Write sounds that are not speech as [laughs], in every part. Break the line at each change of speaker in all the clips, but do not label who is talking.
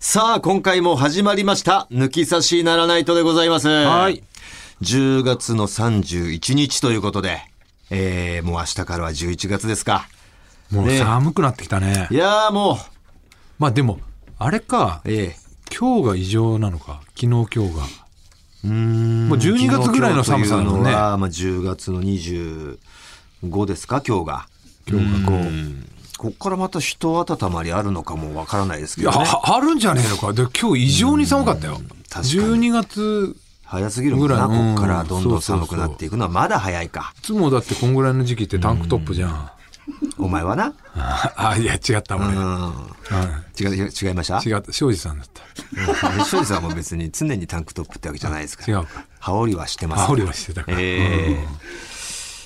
さあ、今回も始まりました。抜き差しならないとでございます。
はい。
10月の31日ということで、えー、もう明日からは11月ですか。
もう
ね
寒くなってきたね
いやーも
まあでもあれか
う、え
今日が異常なのか昨日今日が
えうん
もう12月ぐらいの寒さだもん
昨日今日というの
ね
はまあ、10月の25ですか、今日が。
今日がこう
こっからまた人温まりあるのかもわからないですけ
いや
どね。
ああるんじゃねえのかで今日異常に寒かったよ
かに
12月
早すぎるもんな、
ぐらいうん
こっからどんどん
そうそう
寒
そ
く
う
なっていくのはまだ早いか
い。つもだってこんぐらいの時期ってタンクトップじゃん
お前はな。
あいや違った
う
俺、うん
ん。違う、違いました
違った庄司さんだった
庄司さんも別に常にタンクトップってわけじゃないですから
違うか
羽織はしてますから
煽りはしてたから、
ええ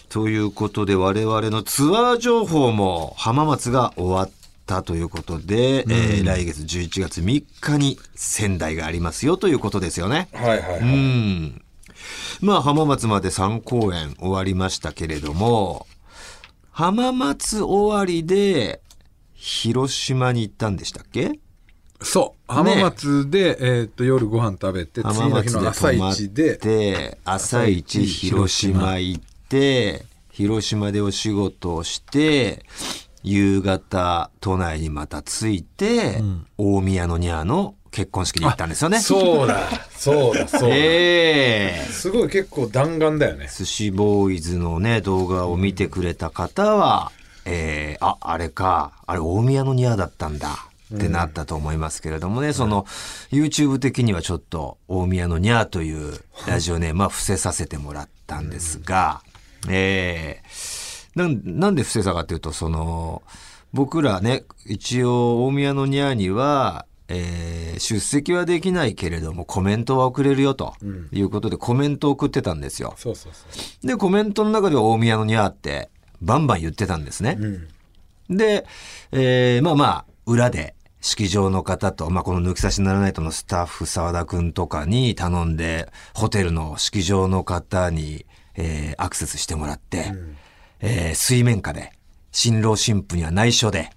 ということで我々のツアー情報も浜松が終わったということで、えー来月11月3日に仙台がありますよということですよね。
はいはい、
うん。まあ浜松まで3公演終わりましたけれども浜松終わりで広島に行ったんでしたっけ
そう浜松で、えーっと夜ご飯食べて次
浜
の日
松で
の朝
泊まっ
一で
て朝一広島行って広島でお仕事をして夕方都内にまた着いて、大宮のニャーの結婚式に行ったんですよね。
そうだそう
[laughs]
だそうだ、
ええ
すごい結構弾丸だよね
寿司ボーイズのね動画を見てくれた方は、えーああれかあれ大宮のニアだったんだってなったと思いますけれどもね、その YouTube 的にはちょっと大宮のニャーというラジオネームは伏せさせてもらったんですが、えーなんなんで伏せたかというとその僕らね一応大宮のニャーにはえー出席はできないけれどもコメントは送れるよということで、コメントを送ってたんですよ。
そうそうそ
で、コメントの中では大宮のニャーってバンバン言ってたんですね。
ううん
で、えーまあまあ、裏で、式場の方と、まあ、この抜き差しならないとのスタッフ沢田くんとかに頼んで、ホテルの式場の方に、えーアクセスしてもらって、えー水面下で、新郎新婦には内緒で、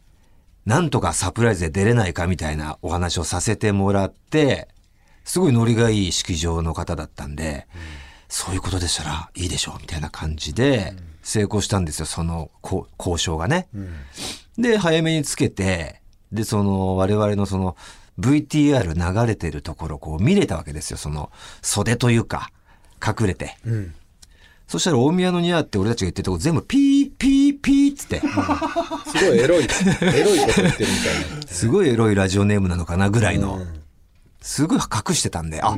なんとかサプライズで出れないかみたいなお話をさせてもらって、すごいノリがいい式場の方だったんで、そういうことでしたらいいでしょうみたいな感じで成功したんですよ、そのこう交渉がね。で、早めにつけて、で、その我々のその VTR 流れてるところをこう見れたわけですよ、その袖というか、隠れて。
うん
そしたら大宮のニャーって俺たちが言ってるとこ全部ピーピーピーっつって。
すごいエロい、 [laughs] エロいこと言ってるみたいな。
すごいエロいラジオネームなのかなぐらいの、すごい隠してたんで、あ、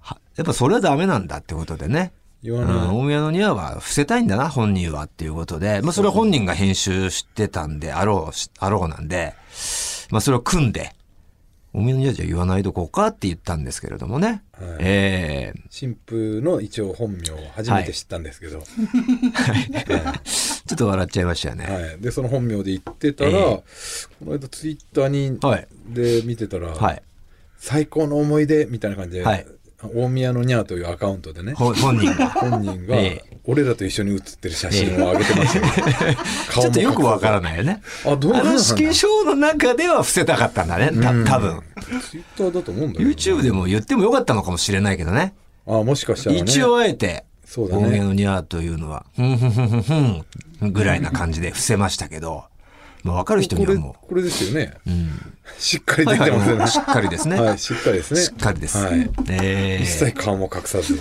はやっぱそれはダメなんだってことでね。
言わない
うん大宮のニアは伏せたいんだな、本人はっていうことで、まあそれは本人が編集してたんで、あろうし、あろうなんで、まあそれを組んで、大宮のニアじゃ言わないとこうかって言ったんですけれどもね。
はい
ええ
新婦の一応本名を初めて知ったんですけど、は
ちょっと笑っちゃいましたよね。
いでその本名で言ってたら、
ええ
この間ツイッターに、
はい
で見てたら、
はい。
最高の思い出みたいな感じで、
はい
大宮のニャーというアカウントでね、
ほ本人が。
本人が
え
俺らと一緒に写ってる写真を上げてましたね、
ちょっとよくわから
い
ないよね。
あどう
あ
なんだ
の式場の中では伏せたかったんだね、た多分。
ツイッターだと思うんだけど、
YouTube でも言ってもよかったのかもしれないけどね。
あもしかしたらね
一応あえて、
そうだ
大
ね
宮のニャーというのは、ふんふんふんふんふんぐらいな感じで伏せましたけど、まあ分かる人に
こ
は
れ
も
これですよね、しっか
う、
りできてますよね、
もうしっかりですね。
はい、しっかりですね。
しっかりです。
はい。
え
一
ー
切顔も隠さず。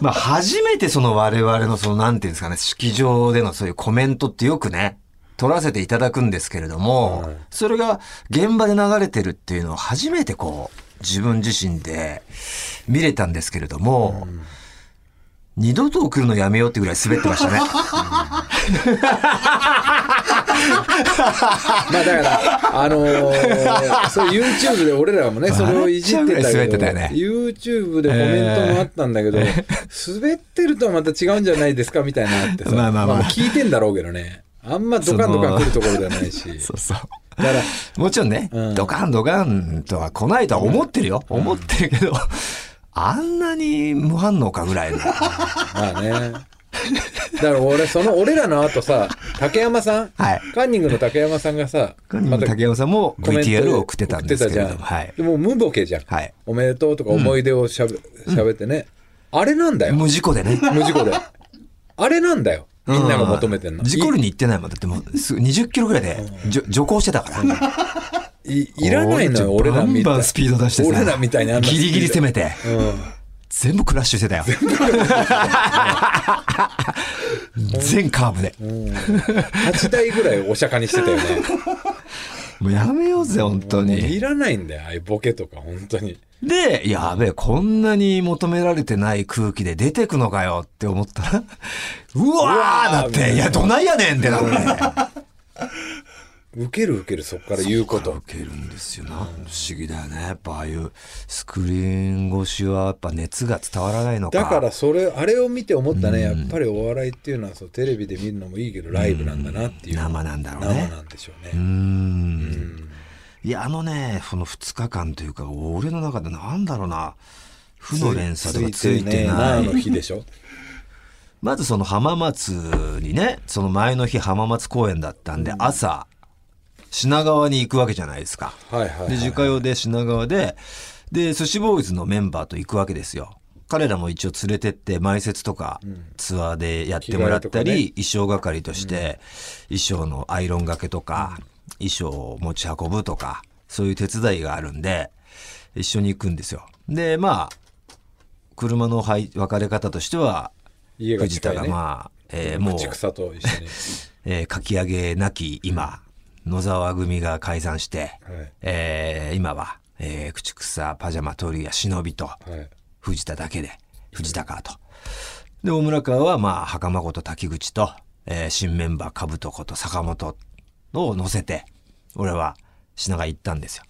まあ初めてその我々のそのなんていうんですかね、式場でのそういうコメントってよくね、取らせていただくんですけれども、
はい
それが現場で流れてるっていうのを初めてこう、自分自身で見れたんですけれども、二度と送るのやめようってぐらい滑ってましたね。
まあだから、あの
[laughs]
ー、そう YouTube で俺らもね、それをいじって
笑っち
た
ゃうぐらい滑っ
け
て
ど、
たよね
YouTube でコメントもあったんだけど、滑ってるとはまた違うんじゃないですかみたいなのあってさ、
[laughs] まあまあまあ
聞いてんだろうけどね。あんまドカンドカン来るところじゃないし。
うそう。
だから、
もちろんね、
うん
ドカンドカンとは来ないとは思ってるよ。思
[laughs]
ってるけど、あんなに無反応かぐらいの。
まあね。だから俺、その俺らの後さ、竹山さん、
はい
カンニングの竹山さんがさ、
カンニングの竹山さんも
コメントで
VTR を送ってたんですけれども、
送ってたじゃん
はい。
でも無ボケじゃん。
はい
おめでとうとか思い出をしゃべ,、ってね。あれなんだよ。
無事故でね。
無事故で。あれなんだよ。 [laughs] みんなが求めてんの。
う事故る
い
に行ってないもん。だってもうすぐ20キロぐらいでじょ徐行してたから。
いいらないのよ、
俺バ
俺らみたい
ンバンスピード出してさ
俺らみたいな。
ギリギリ攻めて。
うん。
全部クラッシュしてたよ。 [laughs] 全カーブで。
8台ぐらいお釈迦にして
[laughs]
たよね。
もうやめようぜ、本当に。
いらないんだよ、ああいうボケとか、本当に。
で、やべえ、こんなに求められてない空気で出てくのかよって思ったら、 [laughs] うわーだっ
うわ
て、
ー
いや、どないやねんってなって。
ウケるウケる、そっから言うこ
受
と。
けるんですよな。不思議だよね。やっぱああいうスクリーン越しはやっぱ熱が伝わらないのか。
だから、それ、あれを見て思ったね、やっぱりお笑いっていうのは、そうテレビで見るのもいいけど、ライブなんだなっていう。
生なんだろうね
生なんでしょう
うー。
ね。うんん
いや、あのね、その2日間というか、俺の中でなんだろうな。負の連鎖とかついて
ねえ
な
あ
い。
の日でしょ。
まずその浜松にね、その前の日浜松公演だったんで、朝、品川に行くわけじゃないですか。
はいはいはい。
で、自家用で品川で、で、寿司ボーイズのメンバーと行くわけですよ。彼らも一応連れてって、前説とかツアーでやってもらったり、衣装係として、衣装のアイロンがけとか、衣装を持ち運ぶとか、そういう手伝いがあるんで、一緒に行くんですよ。で、まあ、車のはい別れ方としては、
家が
藤
近
田
い
が
ね。
まあ、えーもう、
口草と一緒に。
えー、かき上げなき今、野沢組が解散して、
はい
えー今は、えー、口草、パジャマ、トリや忍びと、
はい。
藤田だけで、藤田かと。で、大村川は、まあ、袴子と滝口と、えー新メンバー、かぶとこと坂本を乗せて、俺は品川行ったんですよ。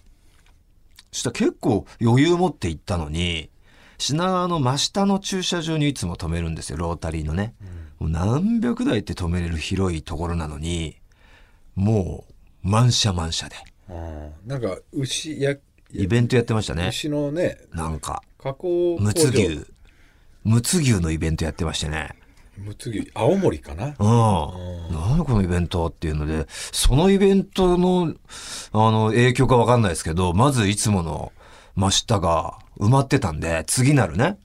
そしたら結構余裕持って行ったのに、品川の真下の駐車場にいつも止めるんですよ、ロータリーのね。もう何百台って止めれる広いところなのに、もう満車満車で。
ああなんか、牛や、
イベントやってましたね。
牛のね、
なんか、
加工工場。
むつ牛。むつ牛のイベントやってましてね。
むつ牛。青森かな
うん。何このイベントっていうので、そのイベントの、あの、影響かわかんないですけど、まずいつもの真下が埋まってたんで、次なるね。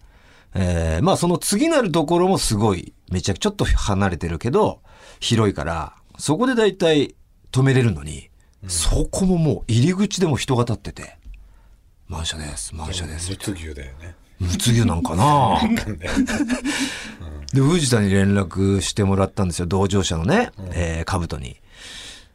えーまあその次なるところもすごい、めちゃくちゃちょっと離れてるけど、広いから、そこでだいたい止めれるのに、そこももう入り口でも人が立ってて、満車です、満車です
む。つ牛だよね。
むつ牛なんかな
なん
[laughs]
だよ
で、藤田に連絡してもらったんですよ、同乗者のね、えー、兜に。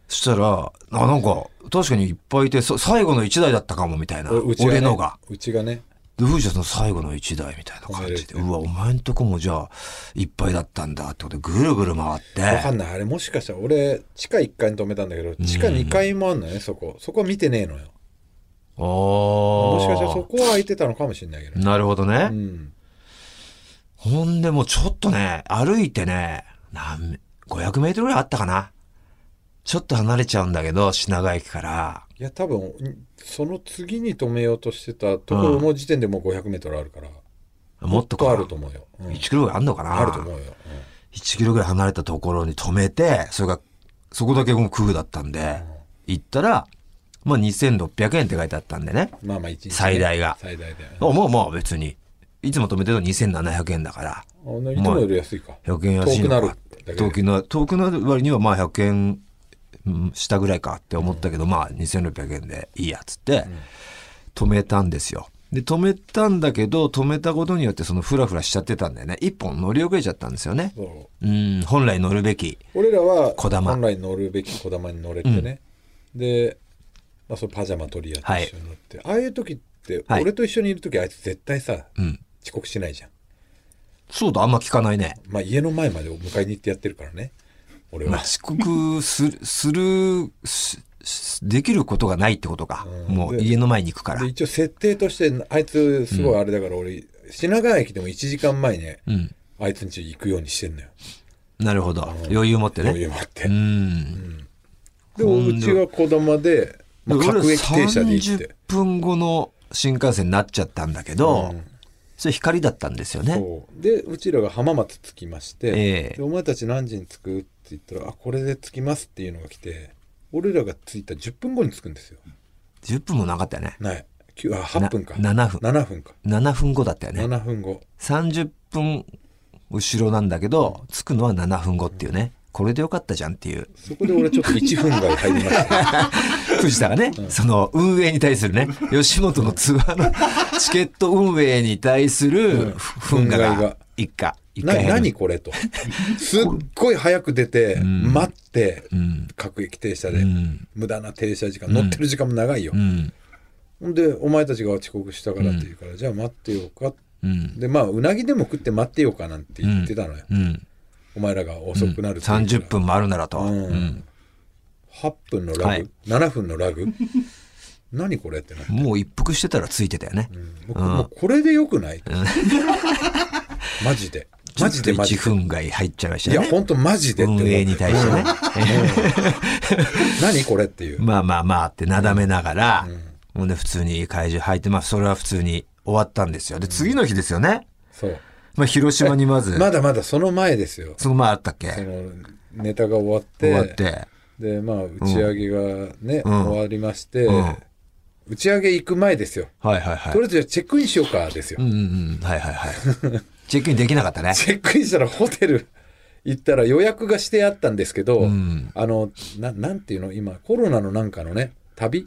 そしたら、あ、なんか、確かにいっぱいいて、そ最後の1台だったかも、みたいな。
うちがね
俺のが。
うちがね。
で、藤田さんの最後の1台みたいな感じで、
おめでとう
うわ、お前んとこもじゃあ、いっぱいだったんだってことで、ぐるぐる回っ
わか
て、
んない。あれもしかしたら俺、地下1階に止めたんだけど、地下2階もあんのね、そこ。そこは見てねえのよ。
お
も
ー
しかしたらそこは空いてたのかもしれないけどね。
なるほどね。
うん。
ほんで、もうちょっとね、歩いてね、何、500メートルぐらいあったかな。ちょっと離れちゃうんだけど、品川駅から。
いや、多分、その次に止めようとしてたところの時点でもう500メートルあるから。
もっとか
あると思うよ。うん
1キロぐらいあんのかな
あると思うよ。
1キロぐらい離れたところに止めて、それが、そこだけもう空だったんで、行ったら、まあ2600円って書いてあったんでね。
うんまあまあ、一日ね
最大が
最大で。あ
あまあまあ別に。いつも止めてるの2700円だから、
いつもより安いか。
100円安い
遠くな
の
る
か
だけ。で
遠くなる。遠くなる割にはまあ100円うん下ぐらいかって思ったけど、まあ2600円でいいやっつって、止めたんですよ。で、止めたんだけど、止めたことによってそのフラフラしちゃってたんだよね。一本乗り遅れちゃったんですよね。
そう
うん、本来乗るべき。
俺らは
小玉
本来乗るべき小玉に乗れてね、で、まあ、そのパジャマ取り合って一緒に乗って、ああいう時って、
はい
俺と一緒にいる時あいつ絶対さ、
うん。
遅刻しないじゃん、
そうだ、あんま聞かないね。
まあ、家の前まで迎えに行ってやってるからね俺
まあ
は、
遅刻す
[laughs]
る、する、ししできることがないってことか。
うん
もう
で
家の前に行くから
で。一応設定としてあいつすごいあれだから俺、品川駅でも1時間前に
うん。
あいつん家行くようにしてんのよ
なるほど。余裕持って
余
ね。
裕もあって、
うん。
でうちは小玉で、まあ、
俺
各駅停車で行って
30分後の新幹線になっちゃったんだけど、
うん
それ光だったんですよね。
そうでうちらが浜松着きまして、
ええ
でお前たち何時に着く?」って言ったら「あこれで着きます」っていうのが来て俺らが着いた10分後に着くんですよ
10分もなかったよね。
ないきゅあ8分か
な7分
7分か
7分後だったよね。
7分後
30分後ろなんだけど、着くのは7分後っていうね。これでよかったじゃんっていう。
そこで俺ちょっと1分が入りましたね
藤田がね、その運営に対するね、吉本のツアー
[laughs]
のチケット運営に対する憤
憤
慨
慨
が
が
一家、 [laughs] 一
な
回入る
何これとすっごい早く出て待って各駅停車で
ん
無駄な停車時間乗ってる時間も長いよ
うん。
ほんでお前たちが遅刻したからって言うからじゃあ待ってようか
うん。
でまあうなぎでも食って待ってようかなんて言ってたのよ
うん。
お前らが遅くなるって言うから
30分もあるならと。
うん
うん
8分のラグ、
はい
7分のラグ [laughs] 何これってな、
もう一服してたらついてたよね。
もうもうこれでよくない、 [laughs] マジでマジでマジ
1
で
分外入っちゃいまし
い
たよ
や
ね。
本当マジでって思う
運営に対してね。
何これってい
[laughs]
う、
まあまあまあってなだめながら、ほんで普通に怪獣入ってます。それは普通に終わったんですよ。で、次の日ですよね。
そう
まあ、広島にまず、
まだまだその前ですよ
その前あったっ
そ
け
のネタが終わって
終わって。
でまあ打ち上げがね、
ん
終わりまして、
うん
打ち上げ行く前ですよ
はいはいはい
とりあえずじゃあチェックインしようかですよ、
うんうんうん。はいはい
[laughs]
はい。チェックインできなかったね。
チェックインしたらホテル [laughs] 行ったら予約がしてあったんですけど、
ん
あのななんていうの今コロナのなんかのね旅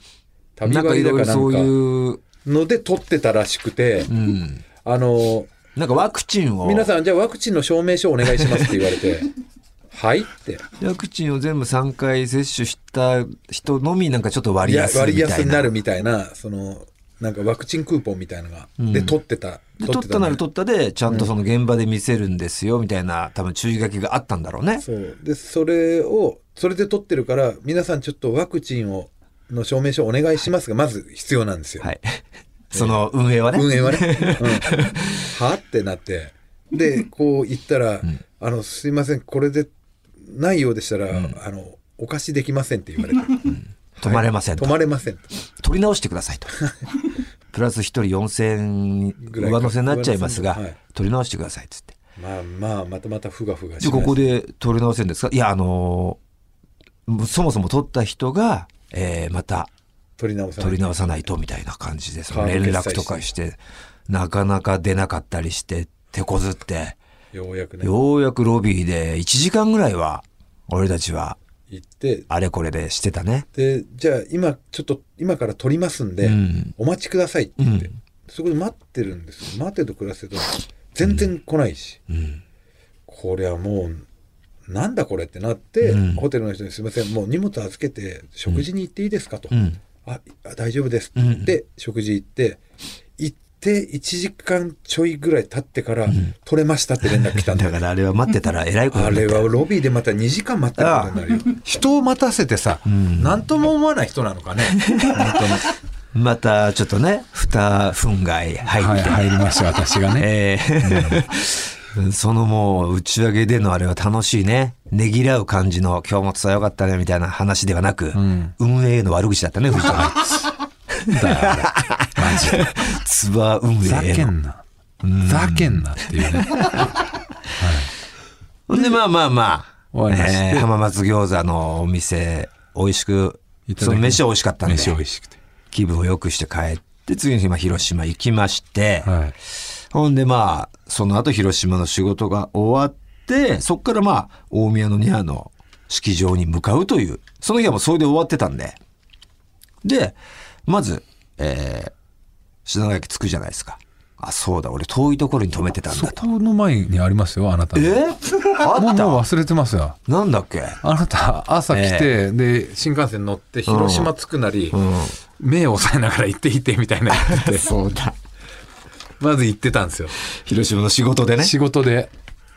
旅
なんかい
割だ
ろ
か
いろ
な
そ
ん
うい
か
う、
ので取ってたらしくて、
うん。
あの
なんかワクチンを、
皆さんじゃあワクチンの証明書お願いしますって言われ
[laughs]
て「はい」って
ワクチンを全部3回接種した人のみなんかちょっと割
いや
安み
割
た
安
い
にな
な。
るみたいなそのなんかワクチンクーポンみたいなのが、で取ってた
で取った
の
なら取ったで、ちゃんとその現場で見せるんですよ、みたいな、多分注意書きがあったんだろうね。
そうでそれをそれで取ってるから皆さんちょっとワクチンをの証明書お願いしますがまず必要なんですよ、
はい。 [laughs] その運営はね。
運
[laughs]
営はね、うん、はってなってでこう言ったら「あのすいませんこれでないようでしたら、あのお貸しできません」って言われて
[laughs]
「
止まれません
はい
と。
止まれませんと」
取り直してください
[laughs]
と。プラス1人4000
ぐらいか
上乗せになっちゃいますが、
上乗せはい
取り直してくださいっつって。
まあまあまたまたふがふがし
じゃあここで取り直せるんですかいや、あのーそもそも取った人が、えーまた
取り直さない
取り直さないとみたいな感じで、その
カー
連
ド
絡
決済
とかして、なかなか出なかったりして、手こずって、
ようやくね
ようやくロビーで1時間ぐらいは、俺たちは、
行って
あれこれでしてたね。
でじゃあ今ちょっと今から取りますんで、
うん
お待ちくださいって言って、
う
そこで待ってるんですよ待てど暮らせど全然来ないし、
ん
これはもうなんだこれってなって、ホテルの人に「すいませんもう荷物預けて食事に行っていいですかと」
ん
ああ大丈夫です」って言って、食事行って行って1時間ちょいぐらい経ってから「取れました」って連絡来たんだ
だ
よ、
からあれは待ってたら偉いこと
あ
になっ
れ
て
はロビーでまた2時間待ってることになるよ。人を待たせてさ、なんとも思わない人なのかね。本当に。
またちょっとね、二分外入って、
りました、私が。
えーそのもう打ち上げでのあれは楽しいね。ねぎらう感じの今日も伝えよかったねみたいな話ではなく、運営への悪口だったね、藤田は。
マジで。
ツバ運
ふざ
営
け
への。
んな。ふざけんなっていうね。
ほんで、まあまあまあ、
終わりまして
えー浜松餃子のお店、美味しく
い、ただき
その飯は美味しかったんで、
飯美味しくて。
気分を良くして帰って、次の日、まあ広島行きまして、
はい。
ほんでまあ、その後広島の仕事が終わって、そっからまあ、大宮のニャーの式場に向かうという、その日はもうそれで終わってたんで。で、まず、えー、品川駅着くじゃないですか。あ、そうだ、俺遠いところに止めてたん
そ
だと。
この前にありますよ、あなた。
え
もう
あっ
もう
た
忘れてますよ。
なんだっけ
あなた、朝来て、で、新幹線乗って、広島着くなり、目を押さえながら行って行ってみたいな言ってて
そうだ。
まず行ってたん
[laughs]
ですよ。
広島の仕事でね。
仕事で、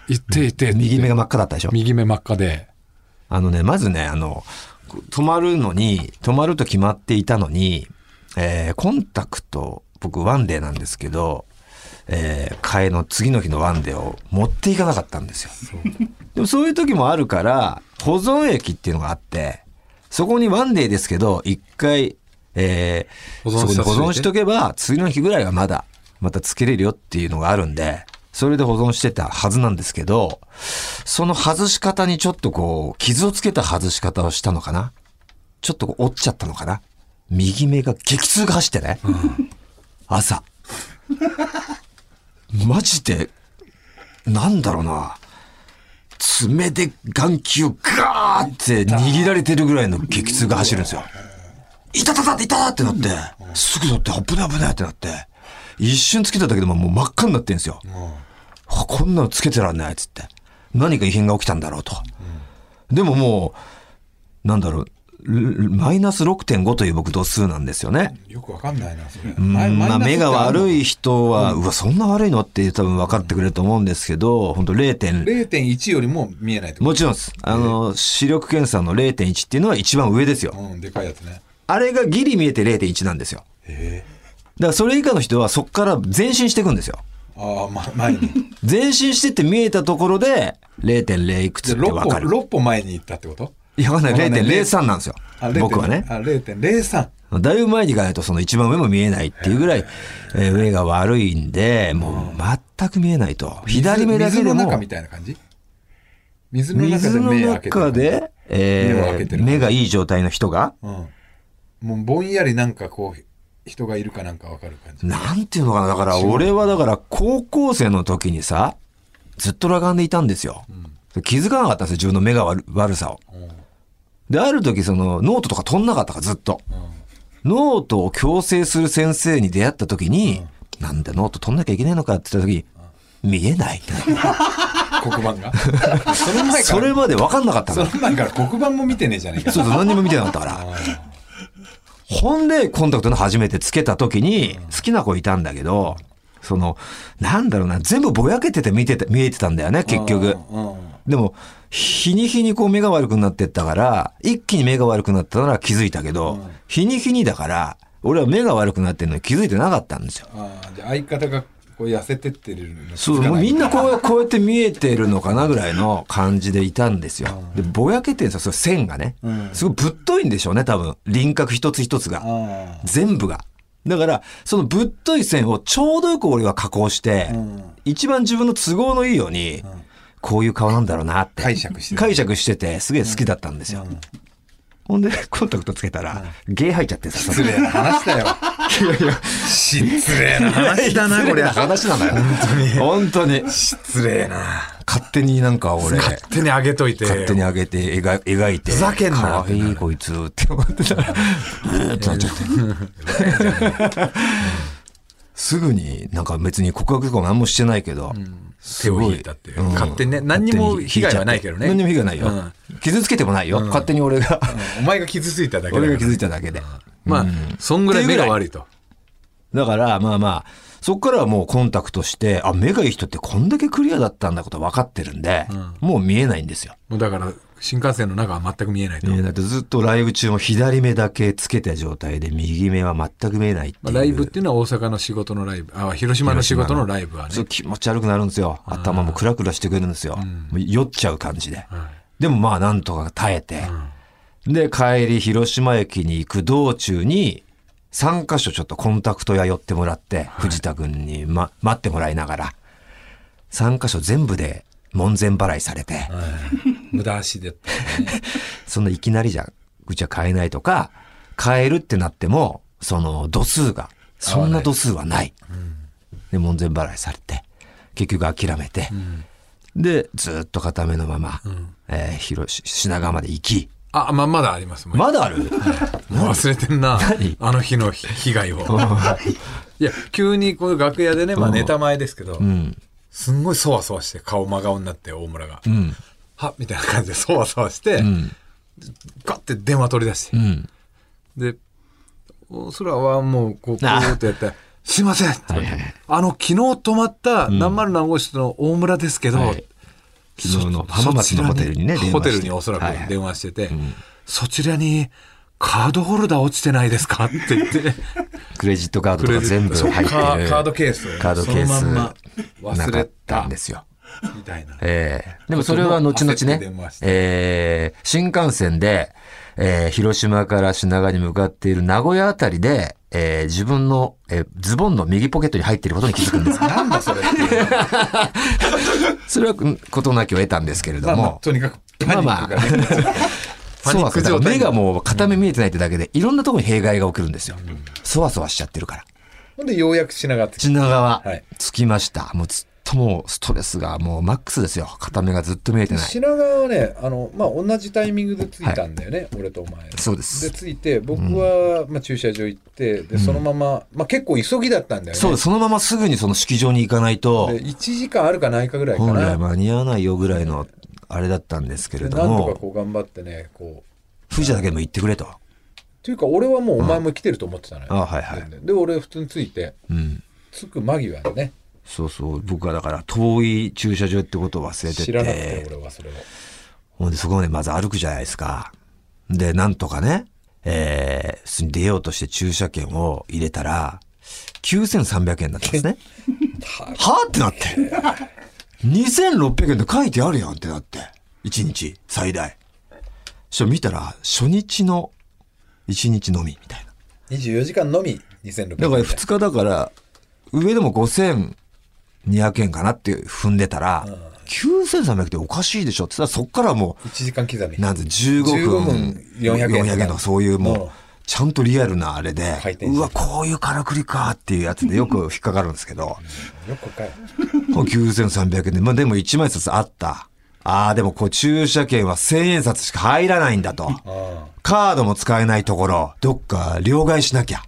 行って行って、
右目が真っ赤だったでしょ
右目真っ赤で、
あのね、まずね、あの、泊まるのに、泊まると決まっていたのに、えーコンタクト、僕ワンデーなんですけど、えー替えの次の日のワンデーを持っていかなかったんですよ。でもそういう時もあるから、保存液っていうのがあって、そこにワンデーですけど、一回、えー
保存
そこ
しとい
に
て
保存しとけば、次の日ぐらいはまだまたつけれるよっていうのがあるんで、それで保存してたはずなんですけど、その外し方にちょっとこう、傷をつけた外し方をしたのかなちょっとこう折っちゃったのかな右目が激痛が走ってね。朝。マジで、なんだろうな。爪で眼球をガーって握られてるぐらいの激痛が走るんですよ。いたたたっていたってなって、すぐ乗って、危ない危ないってなって、一瞬つけただけでももう真っ赤になってんですよ。あこんなのつけてらんないっつって。何か異変が起きたんだろうと。でももう、なんだろう、ルマイナス6.5という僕度数なんですよね。
よくわかんないな、それ。
うん
マイ
まあ、
マイ
目
ナ
が
スってあるの
悪い人は、うわ、そんな悪いのって多分分かってくれると思うんですけど、本当0.0。
0.1よりも見えないってこ
もちろんです。あの、視力検査の0.1っていうのは一番上ですよ
と。。うん、でかいやつね。
あれがギリ見えて0.1なんですよ。
え
だからそれ以下の人はそこから前進していくんですよ。
えああ、ま、
[laughs]
前に。
前進してって見えたところで0.0いくつ
じ
っ
ゃ
てわか
6
る
歩、。六歩前に行ったってこと
いや、わかんない。
わかんない
0.03なんですよ
あ。0.0
僕はね。
あ、0.03。
だいぶ前に行かないとその一番上も見えないっていうぐらい、えー目が悪いんで、もう全く見えないと。左目だけで
水の
も
中、みたいな感じ水の中
水
で
の
目開けて
中で、
目を開
え
けて
ー
る
目がいい状態の人が、
うん。もうぼんやりなんかこう、人がいるかなんかわかる感じ。
なんていうのかな。だから俺はだから高校生の時にさ、ずっと裸眼でいたんですよ。気づかなかったんですよ、自分の目が悪悪さを。
うん。
で、ある時そのノートとか取んなかったからずっと。ノートを強制する先生に出会った時に、なんでノート取んなきゃいけないのかって言った時に、見えない。
黒板
[laughs]
がその前か
そ
ら。
れまで分かんなかった
そ
の。
の前から黒板も見てねえじゃねえか。
そうそう、何にも見てなかったから。ほんで、コンタクトの初めてつけた時に、好きな子いたんだけど、その、なんだろうな、全部ぼやけてて見てて、見えてたんだよね、結局。
うん。うん
でも、日に日にこう目が悪くなってったから、一気に目が悪くなったなら気づいたけど、日に日にだから、俺は目が悪くなってるのに気づいてなかったんですよ。
ああ、じゃあ相方がこう痩せてってるの
そう、もうみんなこう、 [laughs] こうやって見えてるのかなぐらいの感じでいたんですよ。で、ぼやけてるんですよ、その線がね。
うん
すごいぶっといんでしょうね、多分。輪郭一つ一つが。
あ
全部が。だから、そのぶっとい線をちょうどよく俺は加工して、
あ。うん。
一番自分の都合のいいように、こういう顔なんだろうなって。
解釈してる
解釈してて、すげえ好きだったんですよ。ほんで、コンタクトつけたら、ゲー入っちゃってさ、
失礼
[laughs]
な話だよ。失礼な話だな、これ。
話なのよ。本当に。
失礼な。
勝手になんか俺、
勝手に上げといて。
勝手に上げて描い描いて。
ふざけんな
かわいいこいつって思ってたら、うーってなっちゃって。 [laughs] すぐになんか別に告白とかも何もしてないけど、
手を引いたっていう。勝手にね、何にも被害はないけどね。
何にも被害ないよ。
うん
傷つけてもないよ。勝手に俺が、
お前が傷ついただけだ
[laughs]
か
俺
ら
が気づいただけで。
まあ、そんぐらい目が悪いと。
だから、まあまあ、そこからはもうコンタクトして、あ、目がいい人ってこんだけクリアだったんだこと分かってるんで、もう見えないんですよ。
もうだから、新幹線の中は全く見えないと。
見えないとずっとライブ中も左目だけつけた状態で、右目は全く見えないってい
ま
う。
あ、ライブっていうのは大阪の仕事のライブ、あ、広島の仕事のライブはね
そう。気持ち悪くなるんですよ。頭もクラクラしてくるんですよ。もう酔っちゃう感じで。でもまあなんとか耐えて。で、帰り広島駅に行く道中に、3カ所ちょっとコンタクト屋寄ってもらって、藤田くんに、ま、待ってもらいながら、3カ所全部で門前払いされて、
無駄足で。
そんないきなりじゃ、うちは買えないとか、買えるってなっても、その度数が、そんな度数はない。で、門前払いされて、結局諦めて、で、ずっと固めのまま、えー広し、品川まで行き、
あ、まあ、まだあります。もう
まだある
もう忘れてんな
何。
あの日の被被害を。いや、急にこう楽屋でね、まあネタ前ですけど、
うん。
すんごいそわそわして、顔真顔になって、大村が
う。ん。
はみたいな感じでそわそわして、
うん。
ガッて電話取り出して
う。ん。
で、お空はもう、こう、こう
あ
ってやって、すいません、
はいはい
あの、昨日泊まった何丸何号室の大村ですけど、
はい昨日の浜松のホテルにね、
そ
電話して
ホテルにおそら
はいは
く
い
電話してて、そちらにカードホルダー落ちてないですかって言
[laughs]
って、
クレジットカードとか全部入ってる。
カーカードケースを
カードケース
そのまんま忘
なか
れ
ったんですよ。
みたいな。
ええでもそれは後々
焦って出
ね
まし、た
ええ新幹線で、えー広島から品川に向かっている名古屋あたりで、えー自分の、えーズボンの右ポケットに入っていることに気づく
[laughs]
んです。
なんだそれって
[laughs]
いう
それはうん事なきを得たんですけれど
まあまあ
も。
とにかくパ
まあま
ニッ
あ
クが
そう
ね。
なんです
パニック状
よ。
態
目がもう片目見えてないってだけで、いろんなところに弊害が起きるんですよ。そわそわしちゃってるから。
ほんでようやく品川って。
品川、
はい
着きました。もうずっともうストレスがもうマックスですよ。片目がずっと見えてない。
品川はね、あの、まあ、同じタイミングで着いたんだよね、俺とお前。
そうです
で、着いて、僕は、まあ、駐車場行って、で、そのまま、まあ、結構急ぎだったんだよね。
そうです。そのまますぐにその式場に行かないと
で、1時間あるかないかぐらいか
本来
な。
間に合わないよぐらいの、あれだったんですけ
で
れ
なん
ど
とか
も、
こう頑張ってね、こう。
富士だけでも行ってくれと。
というか、俺はもうお前も来てると思ってたのよ。
あはいはい
で、俺普通に着いて、
うん。
着く間際にね、
そうそう。僕はだから遠い駐車場ってことを忘れて
知らなくて
て、
俺はそれを。
ほんでそこまでまず歩くじゃないですか。で、なんとかね、えー、普通に出ようとして駐車券を入れたら、9300円だったんですね。はぁってなって。2600円って書いてあるやんってなって。1日最大。そしたら見たら、初日の1日のみみたいな。
24時間のみ2600円。
だから2日だから、上でも5200円かなって踏んでたら、9300っておかしいでしょって言ったらそっからもう、
1時間刻み。
なんて15分
15分400円
400円とかそういうも
うん
う、ちゃんとリアルなあれで
回、転して
うわ、こういうからくりかっていうやつでよく引っかかるんですけど、
よくかよ。
9300円で、まあでも1枚札あった。ああ、でもこう駐車券は1000円札しか入らないんだと。
あ
カードも使えないところ、どっか両替しなきゃ。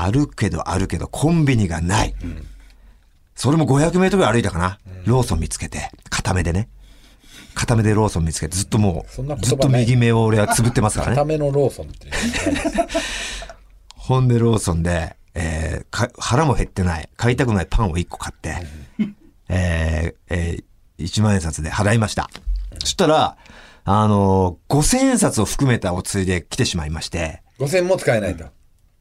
あるけどあるけど、コンビニがない。それも500メートルぐらい歩いたかな。ローソン見つけて、固めでね。固めでローソン見つけて、ずっとも
そんな
う、
言
ず
葉
っと
ない
右目を俺はつぶってますから
あ。
ね
[laughs] た。めのローソンっていうのがあるんですよ。
ほんでローソンで、えーか腹も減ってない、買いたくないパンを1個買って、えーえー1万円札で払いました。そしたら、あのー5000円札を含めたお釣りで来てしまいまして、
5000も使えないと。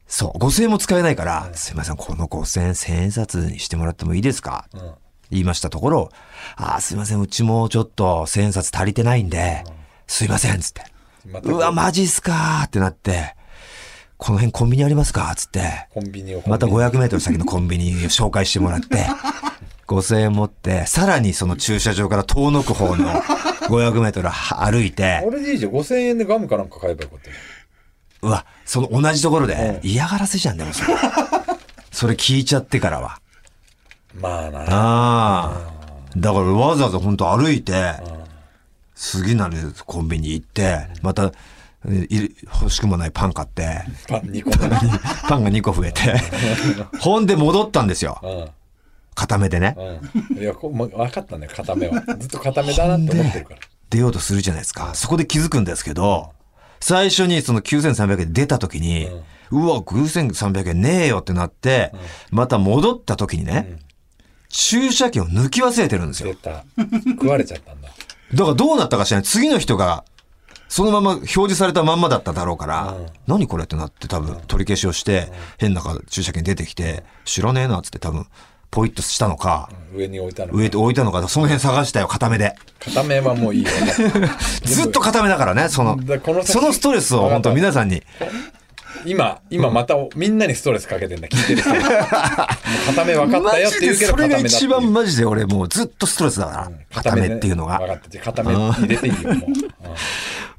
そう、5000円も使えないから、すいません、この5000円、1000円札にしてもらってもいいですか、
ん
言いましたところ、ああ、すいません、うちもちょっと1000円札足りてないんで、すいません、つって。
また
うわ、マジっすかーってなって、この辺コンビニありますかつって。
コンビニを。
また500メートル先のコンビニを紹介してもらっ
[laughs]
て、5000円持って、さらにその駐車場から遠のく方の500メートル歩いて、
俺でいいじゃん。5000円でガムかなんか買えばよかったよ。
うわ、その同じところで嫌がらせじゃんだよ、それ。 [laughs] それ聞いちゃってからは。
まあな。
ああ。だからわざわざ本当歩いて、次なるコンビニ行って、また、えいる欲しくもないパン買って、 [laughs]
パン2個かな。
パンが2個増え [laughs] て、ほんで戻ったんですよ。
う
固めてね。
ん。うん。いや、こま分かったね、固めは。ずっと固めだなって思ってるから。
出ようとするじゃないですか。そこで気づくんですけど、最初にその9300円出た時に、うわ、9300円ねえよってなって、また戻った時にね、駐車券を抜き忘れてるんです
出
よ。
た。食われちゃったんだ。
だからどうなったか知らない。次の人が、そのまま表示されたまんまだっただろうから、何これってなって多分取り消しをして、変な駐車券出てきて、知らねえなっつって多分、ポイッとしたのか、
上に置いたの
上
が。
へ置いたのか、その辺探したよ、固めで。
固めはもういいよ。
[laughs] ずっと固めだからね、その
だからこの、先
そのストレスを本当皆さんに。
今、今またみんなにストレスかけてんだ、聞いてる人。もう固め分かったよって言うけど、
それ
固
が
めだって
一
いう。
番マジで俺もうずっとストレスだから、固めっていうの
分か
が。
った。じゃあ固め入れていいよ、もう。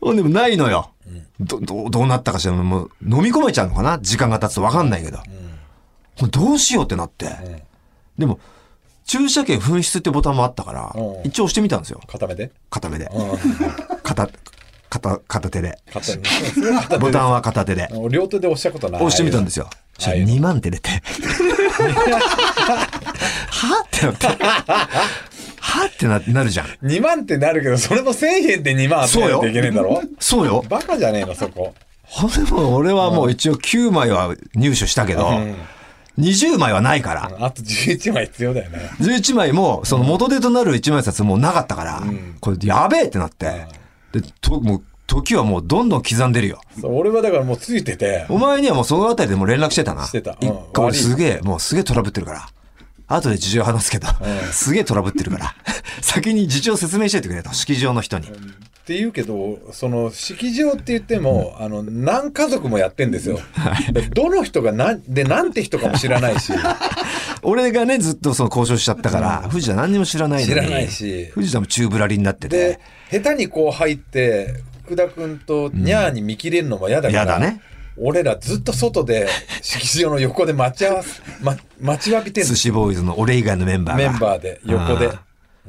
ほんでもないのよ。ど、どう、どうなったかしら、もう飲み込めちゃうのかな時間が経つと分かんないけど。これどうしようってなって。でも、駐車券紛失ってボタンもあったから
う、ん
一応押してみたんですよ。
固めで。
固めで。
うん
[laughs] 片、片、片手で。[laughs]
固め。それは固
ボ
め
タンは片手で。
両手で押したことない。
押してみたんですよ。そしたら2万って出 [laughs] て。はってなって。はってななるじゃん。
2万ってなるけど、それも1000円で2万集めないといけねえんだろ
そうよ。
バカじゃねえの、そこ。
ほんでもう俺はもう一応9枚は入手したけど、20枚はないから。
あと11枚必要だよね。
11枚も、その元手となる1枚札もうなかったから、これやべえってなって。で、と、もう、時はもうどんどん刻んでるよ。
そう俺はだからもうついてて、
お前にはもうそのあたりでもう連絡してたな。
してたうん
一個
悪い
すげえ、もうすげえトラブってるから。後で事情話すけど、すげえトラブってるから、 [laughs] 先に事情説明しといてくれと、式場の人に。
って言うけどその式場って言っても、あの何家族もやってんですよ、どの人が何でなんて人かも知らないし
俺がね、ずっとその交渉しちゃったから、藤田何にも知らないのに
知らないし
藤田も宙ぶらりんになって
で
て、
下手にこう入って福田君とニャーに見切れるのも嫌だか
嫌
ら、
だね
俺らずっと外で式場の横で待ち合
[laughs]
わせ、ま、待ちわびてんの
寿司ボーイズの俺以外のメンバー
メ
が。
ンバーで横で、
う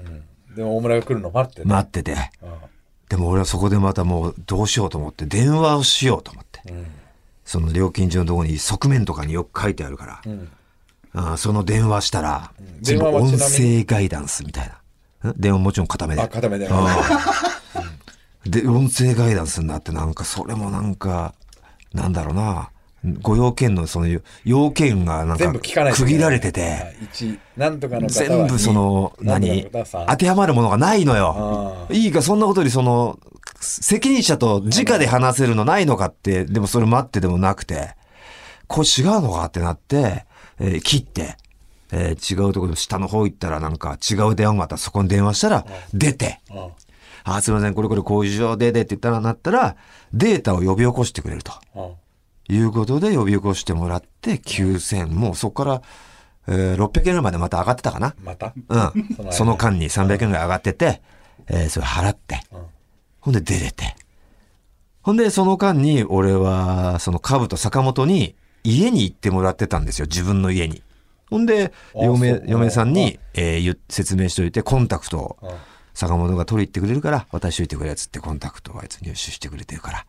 うんんでも大村が来るの待ってね、
待ってて。でも俺はそこでまたもうどうしようと思って、電話をしようと思って。
うん
その料金所のとこに側面とかによく書いてあるから、
うん
あーその電話したら、
ん
全部
電話はちなみ
音
に
声ガイダンスみたいな。ん電話もちろん固めで。
あ固めで
うんで、音声ガイダンスになって、なんかそれもなんか、なんだろうな。ご要件のその要件がなんか
全部聞かないと
区
いけ
切
ない
られて
は
て
い、一なんとかの方は
全部その、
二なんとか
何
の方は三
当てはまるものがないのよ
あ。
いいか、そんなことよりその、責任者と直で話せるのないのかって、でもそれ待ってでもなくて、これ違うのかってなって、えー切って、えー違うところ下の方行ったらなんか違う電話があったらそこに電話したら出て、
うん
あ、すいません、これこれこういう事情ででって言ったらなったら、データを呼び起こしてくれると。
うん
いうことで呼び起こしてもらって9000、もうそこから、えー600円までまた上がってたかな。
また
うん。そ
そ
の
の
間に300円ぐらい上がってて、えーそれ払って、
ん
ほんで出れて。ほんで、その間に、俺は、その、カブと坂本に、家に行ってもらってたんですよ、自分の家に。ほんで、
あそう
嫁
か、
嫁さんに、えー言っ説明しといて、コンタクトを
うん、
坂本が取り行ってくれるから、渡しといてくれ、つってコンタクトをあいつ入手してくれてるから。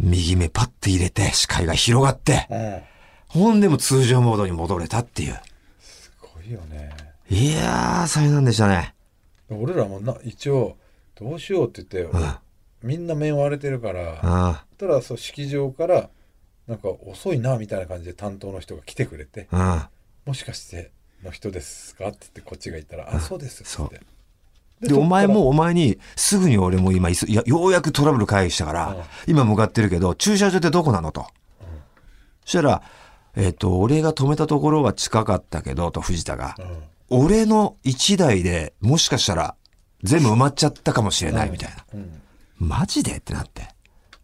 右目パッて入れて、視界が広がって、
うん
ほんでもう通常モードに戻れたっていう。
すごいよね
いやー、災難でしたね。
俺らもな一応どうしようって言っ
う
て、
ん
みんな面割れてるから、
あ
ただそう式場からなんか遅いなみたいな感じで担当の人が来てくれて
あ、うん。
「もしかしての人ですか?」って言ってこっちが言ったら「あそうです」っつって
で、
そ
お
っから
前もうお前に、すぐに俺も今いそ、いやようやくトラブル回避したから、
うん
今向かってるけど、駐車場ってどこなのと。そしたら、えっ、と、俺が止めたところは近かったけど、と藤田が、
うん
俺の1台でもしかしたら全部埋まっちゃったかもしれないみたいな。
うん
マジでってなって。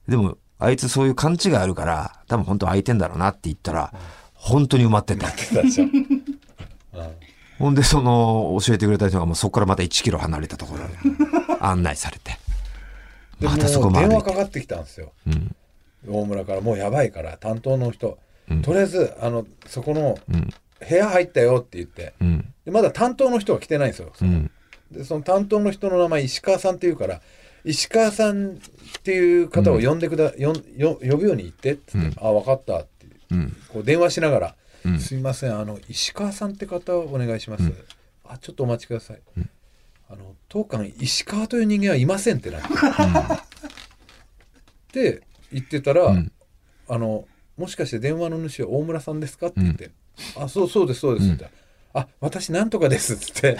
でも、あいつそういう勘違いあるから、多分本当空いてんだろうなって言ったら、本当に埋ま
[laughs]
ってた。
そ
[laughs]
うでしょうん
ほんで、その、教えてくれた人がもうそこからまた1キロ離れたところ [laughs] に案内されて。
で
またそこ
もう
まで
電
行
話
って
かかってきたんですよ
うん。
大村からもうやばいから担当の人、とりあえずあのそこの
うん。
部屋入ったよって言って
うん。
でまだ担当の人が来てないんですよ、
うん。
でその担当の人の名前石川さんっていうから石川さんっていう方を呼んでくだ、よんよ呼ぶように言ってって言って、あ分かったって
うん。
こう電話しながら、すいませんあの石川さんって方をお願いします、あちょっとお待ちください、あの当館石川という人間はいませんってなって、で言ってたら、あのもしかして電話の主は大村さんですかって言って、あそうそうですそうですって言ったら、あ私なんとかですっつって。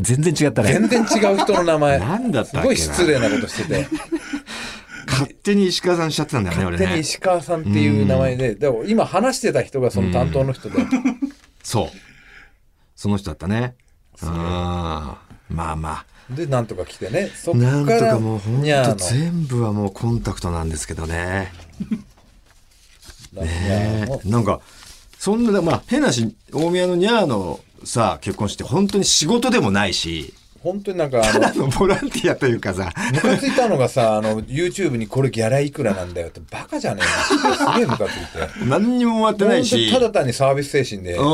全然違ったね。
全然違う人の名前。
なんだったっけ
す
な
ごい失礼なことしてて。
勝手に石川さんしちゃってたんだよね、俺
勝手に
ね。
石川さんっていう名前で、でも今話してた人がその担当の人で。
そう。その人だったね。ああ。まあまあ。
で、なんとか来てね。そっか
なんと
ら、
かもう本
にゃ
当
ー
全部はもうコンタクトなんですけどね。
の。にゃーの
なんか、そんな、まあ変なし、大宮のニャーのさ、結婚して本当に仕事でもないし、
本当になんか、あ
た
の
だ、のボランティアというかさ、
ムカついたのがさ、あの、YouTube にこれギャラいくらなんだよって、バカじゃねえの。すげえムカつい
[laughs]
て。
何にも終わってないし
本当にた、だ単にサービス精神でやった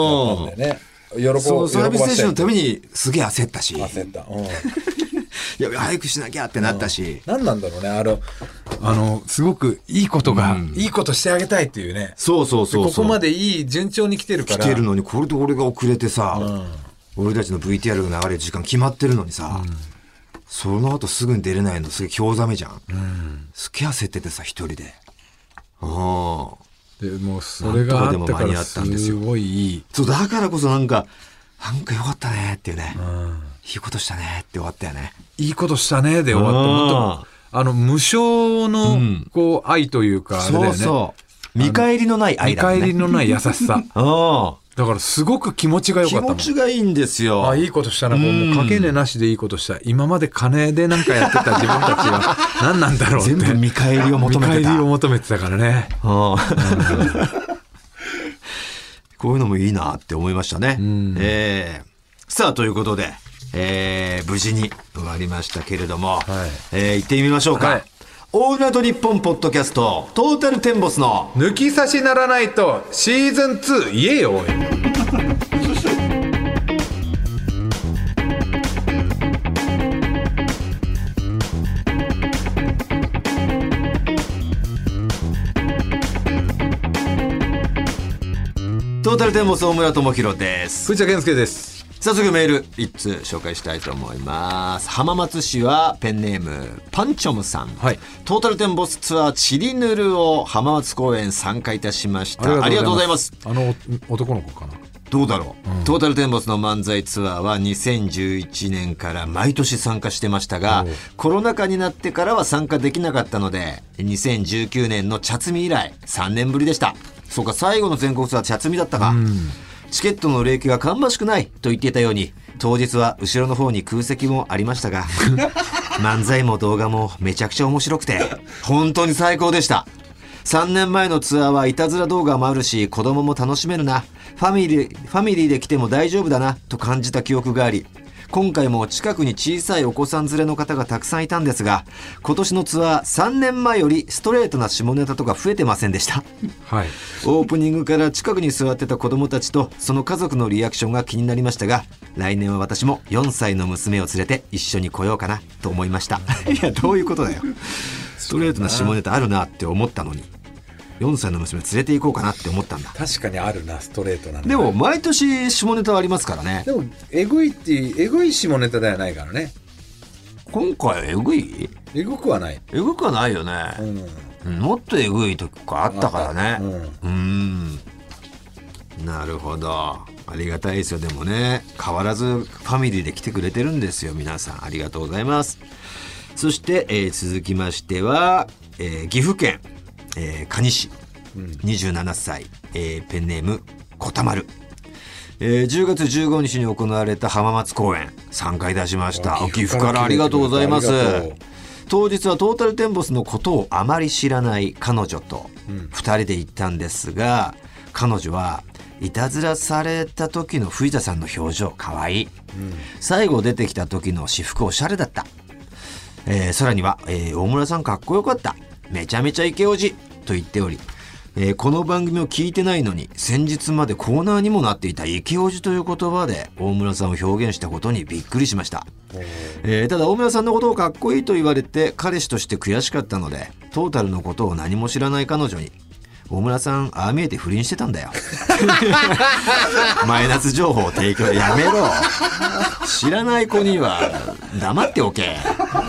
んだよね。喜ぶ。
そのサービス精神のため
に。
にすげえ焦ったし、い
焦った。うん。
や、早くしなきゃってなったし、
何なんだろうね、あの、
あの、すごくいいことが、
いいことしてあげたいっていうね。
そうそうそうそう。
ここまでいい順調に来てるか
来
ら
てるのに、これで俺が遅れてさ、俺たちの VTR が流れる時間決まってるのにさ、その後すぐに出れないのすげえ興ざめじゃん。すげえ焦っててさ、一人で。うん。
でもうそれがあったか
なんとかでも間に合
ら
ったんです
す
よ
ごいいい
そう、だからこそなんか、なんかよかったねっていうね。いいことしたねって終わったよね。
いいことしたねで終わって
うん
本当あの無償のこう愛というかあれだよね
そうそう。見返りのない
見
愛だもんね。
返りのない優しさ
うん。
だからすごく気持ちが良か
気
ったも
持
ん
ちがいいんですよ。
あいいことしたな、もうもうかけねなしでいいことした。今まで金でなんかやってた自分たち
[laughs]
は何なんだろうって。
全部見返りを求めてた
見返りを求めてたからね。
うん [laughs] こういうのもいいなって思いましたね。えーさあ、ということで、えー無事に終わりましたけれども、えー行ってみましょうか。
はい
オールナイトニッポンポッドキャスト、トータルテンボスの、
抜き差しならないとシーズン2言えよ、おい。
トータルテンボス大村智弘です。
藤田健介です。
早速メール一通紹介したいと思います浜松市はペンネームパンチョムさん、
はい
トータルテンボスツアーチリヌルを浜松公演参加いたしましたありがとうございます。
あのお男の子かな。
どうだろう、トータルテンボスの漫才ツアーは2011年から毎年参加してましたがコロナ禍になってからは参加できなかったので2019年の茶摘み以来3年ぶりでしたそうか最後の全国ツアー茶摘みだったか、チケットの売れ行きが芳しくないと言っていたように当日は後ろの方に空席もありましたが漫才も動画もめちゃくちゃ面白くて本当に最高でした3年前のツアーはいたずら動画もあるし子供も楽しめるなファミリーファミリーで来ても大丈夫だなと感じた記憶があり今回も近くに小さいお子さん連れの方がたくさんいたんですが今年のツアー3年前よりストレートな下ネタとか増えてませんでした
はい。
オープニングから近くに座ってた子供たちとその家族のリアクションが気になりましたが来年は私も4歳の娘を連れて一緒に来ようかなと思いました [laughs] いやどういうことだよストレートな下ネタあるなって思ったのに4歳の娘連れて行こうかなって思ったんだ
確かにあるな、ストレートなの
でも毎年下ネタはありますからね
でも、えぐいっていう、えぐい下ネタではないからね。
今回えぐい
えぐくはない。
えぐくはないよ
う
ね、
ん。
もっとえぐい時があったからね
うん
うーんなるほどありがたいですよでもね変わらずファミリーで来てくれてるんですよ皆さんありがとうございますそして、えー続きましては、えー岐阜県、えー蟹市27歳、えーペンネームこたまるえー10月15日に行われた浜松公演参加いたしました
あ
岐
岐
阜
阜
か
からら
ありがとうございます
ありがとう
当日はトータルテンボスのことをあまり知らない彼女と2人で行ったんですが、彼女はいたずらされた時の藤田さんの表情かわいい、最後出てきた時の私服おしゃれだったえーさらには、えー大村さんかっこよかった。めちゃめちゃイケオジと言っており、えーこの番組を聞いてないのに、先日までコーナーにもなっていたイケオジという言葉で大村さんを表現したことにびっくりしました。えーただ大村さんのことをかっこいいと言われて彼氏として悔しかったので、トータルのことを何も知らない彼女に、大村さん、ああ見えて不倫してたんだよ。マイナス情報を提供やめろ。知らない子には黙っておけ。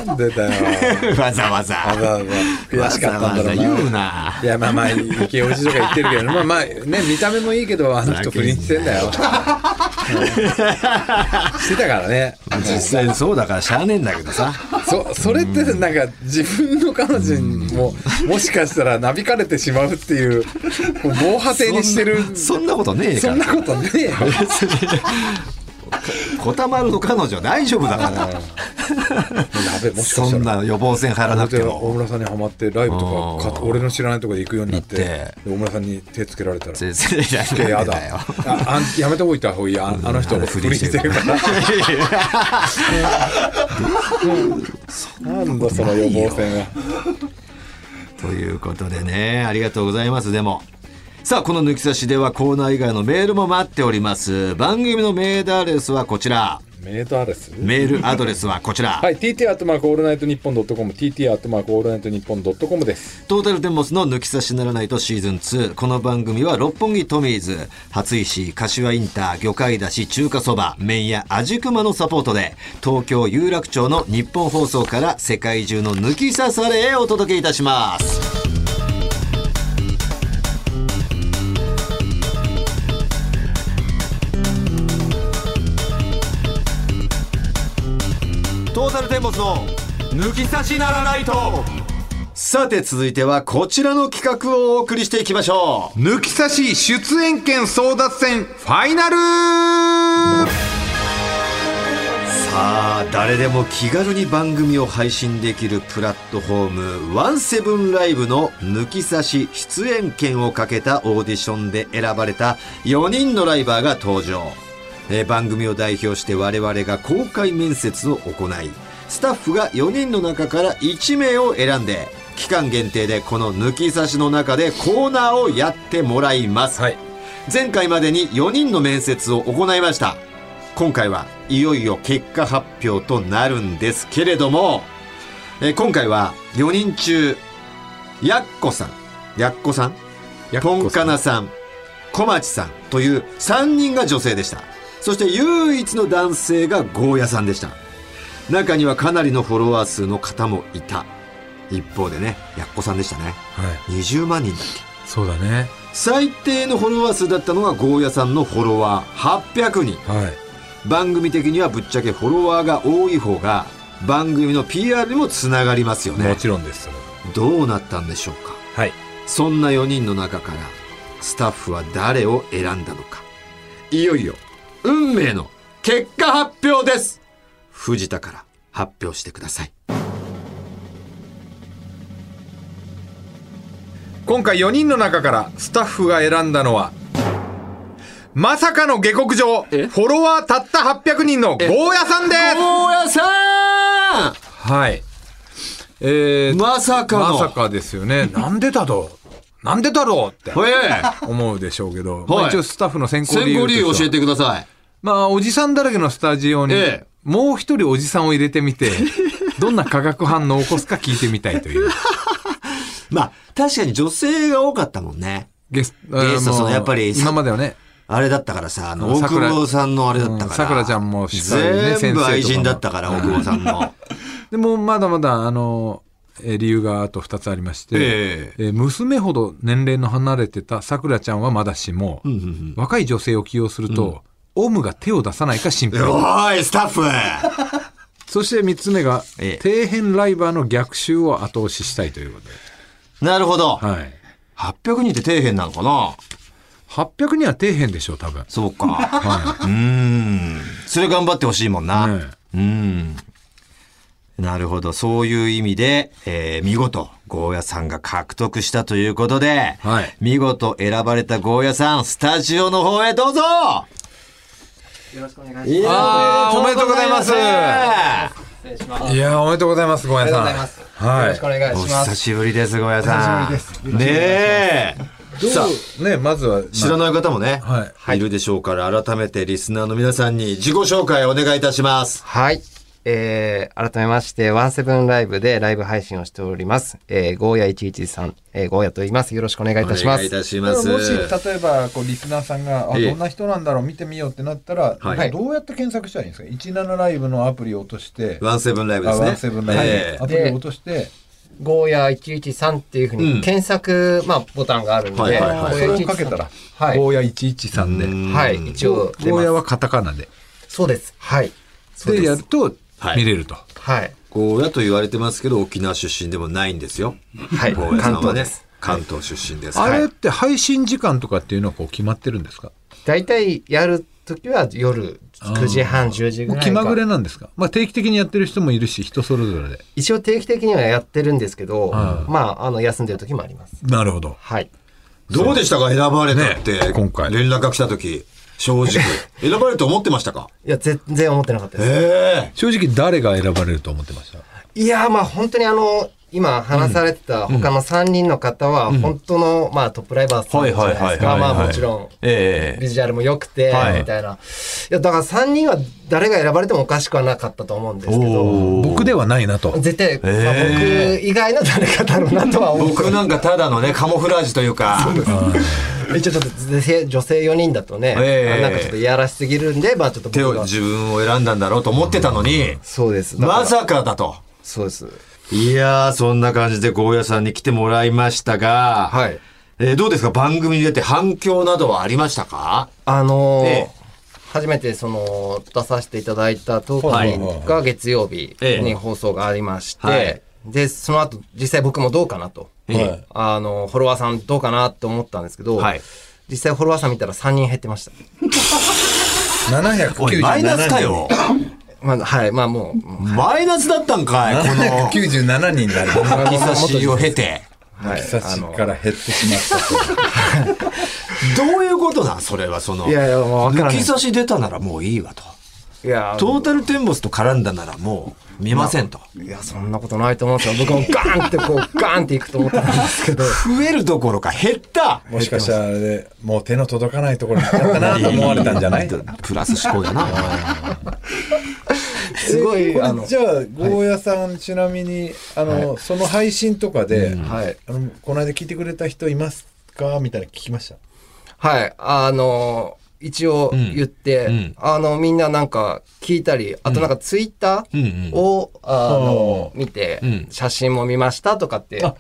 なんでだ [laughs] よ。
わざわざ。
わざわざ悔しかった
わざわ
んだろうな。
ざ言うない
や、まあまあ、イケオジとか言ってるけど、まあまあ、ね、見た目もいいけど、あの人不倫してんだよ。してたからね。
実際にそうだからしゃあねえんだけどさ。
そそれってなんか自分の彼女にももしかしたらなびかれてしまうっていうこう防波堤にしてる
そんなことねえか
そん
ら
な。ことねえよ
こたまるの彼女大丈夫だから。
やべえもしか
そ
した
ん
ら
な予防線張らなくて
大
も。
村さんにはまってライブとかか俺の知らないとこで行くようになって
行って
で大村さんに手つけられたら
全然や
[laughs] いやや
ら
だ
ないよ。
ああんやめておいた方がいいああの人不倫してるからなんだその予防線は
[laughs] ということでね、ありがとうございます、でも。さあ、この抜き差しではコーナー以外のメールも待っております。番組のメールアドレスはこちら。
メイドアレス
メールアドレスはこちら。
はい、TT アットマークオールナイトニッポンドットコム、TT アットマークオールナイトニッポンドットコムです。
トータルテンボスの抜き差しならないとシーズン2。この番組は六本木トミーズ、初石、柏インター、魚介だし、中華そば、麺屋、味熊のサポートで、東京有楽町の日本放送から世界中の抜き差されへお届けいたします。トータルテンボスの抜き差しならないと。さて続いてはこちらの企画をお送りしていきましょう。
抜き差し出演権争奪戦ファイナル
さあ誰でも気軽に番組を配信できるプラットフォームワンセブンライブの抜き差し出演権をかけたオーディションで選ばれた4人のライバーが登場、えー番組を代表して我々が公開面接を行いスタッフが4人の中から1名を選んで期間限定でこの抜き差しの中でコーナーをやってもらいます、
はい
前回までに4人の面接を行いました今回はいよいよ結果発表となるんですけれども、えー今回は4人中やっこさんやっこさん
やっこ
と
さ
んか
ん
なさん小町さんという3人が女性でしたそして唯一の男性がゴーヤさんでした中にはかなりのフォロワー数の方もいた一方でねやっこさんでしたね
はい。
20万人だっけ
そうだね。
最低のフォロワー数だったのがゴーヤさんのフォロワー800人
はい。
番組的にはぶっちゃけフォロワーが多い方が番組の PR にもつながりますよ
も
ね
ちろんです
どうなったんでしょうか
はい
そんな4人の中からスタッフは誰を選んだのかいよいよ運命の結果発表です藤田から発表してください
今回4人の中からスタッフが選んだのは、まさかの下克上、フ
え
ォロワーたった800人のゴーヤさんです
ゴーヤさ
はい。えー
んまさかの
まさかです
[laughs]
よね。なんでだろうなんでだろうって
ほえ [laughs]
思うでしょうけど、
はい
まあ一応スタッフの選考理
先
由
行
と
理
して
由
は
教えてください
まあ、おじさんだらけのスタジオに
ええ、
もう一人おじさんを入れて
[laughs]
みて、どんな化学反応を起こすか聞いてみたいという。
まあ確かに女性が多かったもんね
ゲスト、
ゲスト
あー
その
もう
やっぱり
今まではね、
あれだったからさ、あの、
うん
大久
桜
保さんのあれだったから。
うん桜ちゃんも主催ね
全
先生と
部
かも
愛人だったから、
うん
大久保さんの。
でもまだまだ、あの、えー理由があと2つありまして、
え
[laughs] えー娘ほど年齢の離れてたさくらちゃんはまだしも、
うんうんうん
若い女性を起用すると、オウムが手を出さないか心配。
おーい、スタッ
[laughs]
フ
そして3つ目が、
ええ
底辺ライバーの逆襲を後押ししたいということで。
なるほど。
はい。
800人って底辺なのかな
800人は底辺でしょう、多分。
そうか。うーん。それ頑張ってほしいもんな。
ね
うーん。なるほど。そういう意味で、えー見事、ゴーヤさんが獲得したということで、
はい
見事選ばれたゴーヤさん、スタジオの方へどうぞ
よろしくお願いします。
いや
あーおめでとうございます
おめでとうございます
失礼します。あ
い
り
やーおめでとうございます、ごめん
がとう
なさ
ござ
い
い。ます。
はい
よろしくお願い
お
しま
久
す。
しぶりです、ゴヤさん。ねえ。さあ、
ねまずは、
知らない方もね、
はい
い、るでしょうから、改めてリスナーの皆さんに自己紹介をお願いいたします。
はい。えー、改めまして、ワンセブンライブでライブ配信をしております。えー、ゴーヤ113さん、えー、ゴーヤと言います。よろしくお願いいたしま
お願いい
す。
たし
ま
ま
あ
す。
もし例えばこうリスナーさんがあ
ええ
どんな人なんだろう見てみようってなったら、
はい
どうやって検索したらいいんですか17ライブのアプリを落として
ワンセブンライブ
あ
ですね。
ワンセブンライブ、
え
アプリを落として
ゴーヤ113っていうふう
うん
に検索、まあ、ボタンがあるんで、
はいはい
あ
はい
それをかけたら「
はい
ゴーヤ113で」
うん
はい、一応出
ゴーヤ
ま
はカタカナで。
す。そうです。はい。そう
で
で
や
す
る。と
はい
見れると。
はい。
ゴーヤと言われてますけど、沖縄出身でもないんですよ。
はい。
ゴーヤさん
関
は
東
ね
です。、
関東出身です。
あ
は
れ
い
って配信時間とかっていうのはこう決まってるんですか
大体やるときは夜9時半、10時ぐ
もう
らい
気
か
まぐれなんですか、まあ、定期的にやってる人もいるし人それぞれで。
一応定期的にはやってるんですけど、
はい
まあ、あの、休んでる時もあります。
なるほど。
はい。
どうでしたか選ばれたって、
ね今回
連絡が来た時、正直。選ばれると思ってましたか
いや、全然思ってなかったです。
ええ
正直誰が選ばれると思ってました
いや、まあ、本当にあの、今話されてた他の3人の方は、本当の、まあ、トップライバーさんじゃない
は
ですか。
いはいはいはい
ま
はい
あ、もちろん、
え
ビジュアルも良くて、
はい
みたいな。いや、だから3人は誰が選ばれてもおかしくはなかったと思うんですけど、
僕ではないなと。
絶対、まあ
え
僕以外の誰かだろうなとは思う。
僕なんかただのね、カモフラージュというか。
一応ちょっと女性女性4人だとね、
ええ
なんかちょっといやらしすぎるんで、まあちょっと
手
僕
を
が。
自分を選んだんだろうと思ってたのに、
そうです。だから
まさかだと。
そうです。
いやー、そんな感じでゴーヤさんに来てもらいましたが、
はい。
えーどうですか番組に出て反響などはありましたか
あのー
ええ
初めてその出させていただいたトーク
はい
が月曜日
ええ
に放送がありまして、
はい
で、その後、実際僕もどうかなと。
ええ
はい
あの、フォロワーさんどうかなって思ったんですけど、
はい
実際フォロワーさん見たら3人減ってました。
おい、マイナスかよ。
まあ、はい、まあもう、も
マイナスだったんかい、こ
[laughs]
の、
797人になる。
久しを経て。
うはい、
久しから減ってしまったと。
どういうことなんそれは、その。
いやいやもう分からな
抜
い
き差し出たならもういいわと。
いや、
トータルテンボスと絡んだならもう見ませんと。
いや、そんなことないと思うんですよ。僕もガーンってこう、ガーンっていくと思ったんです
[laughs]
けど、
増えるどころか減った
もしかしたらあれで、もう手の届 [laughs] かないところに行っちゃったなと思われたんじゃない
プラス思考だな。
すごい、あ
これ
の、
じゃあ、ゴーヤさん、ちなみに、あの、その配信とかで、
[laughs] はい。
あのこの間聞いてくれた人いますかみたいなの聞きました。
はい、あの、一応言って、
うん
あの、みんななんか聞いたり、あとなんかツイッターを、あの、見て、
ん
写真も見ましたとかって、
あ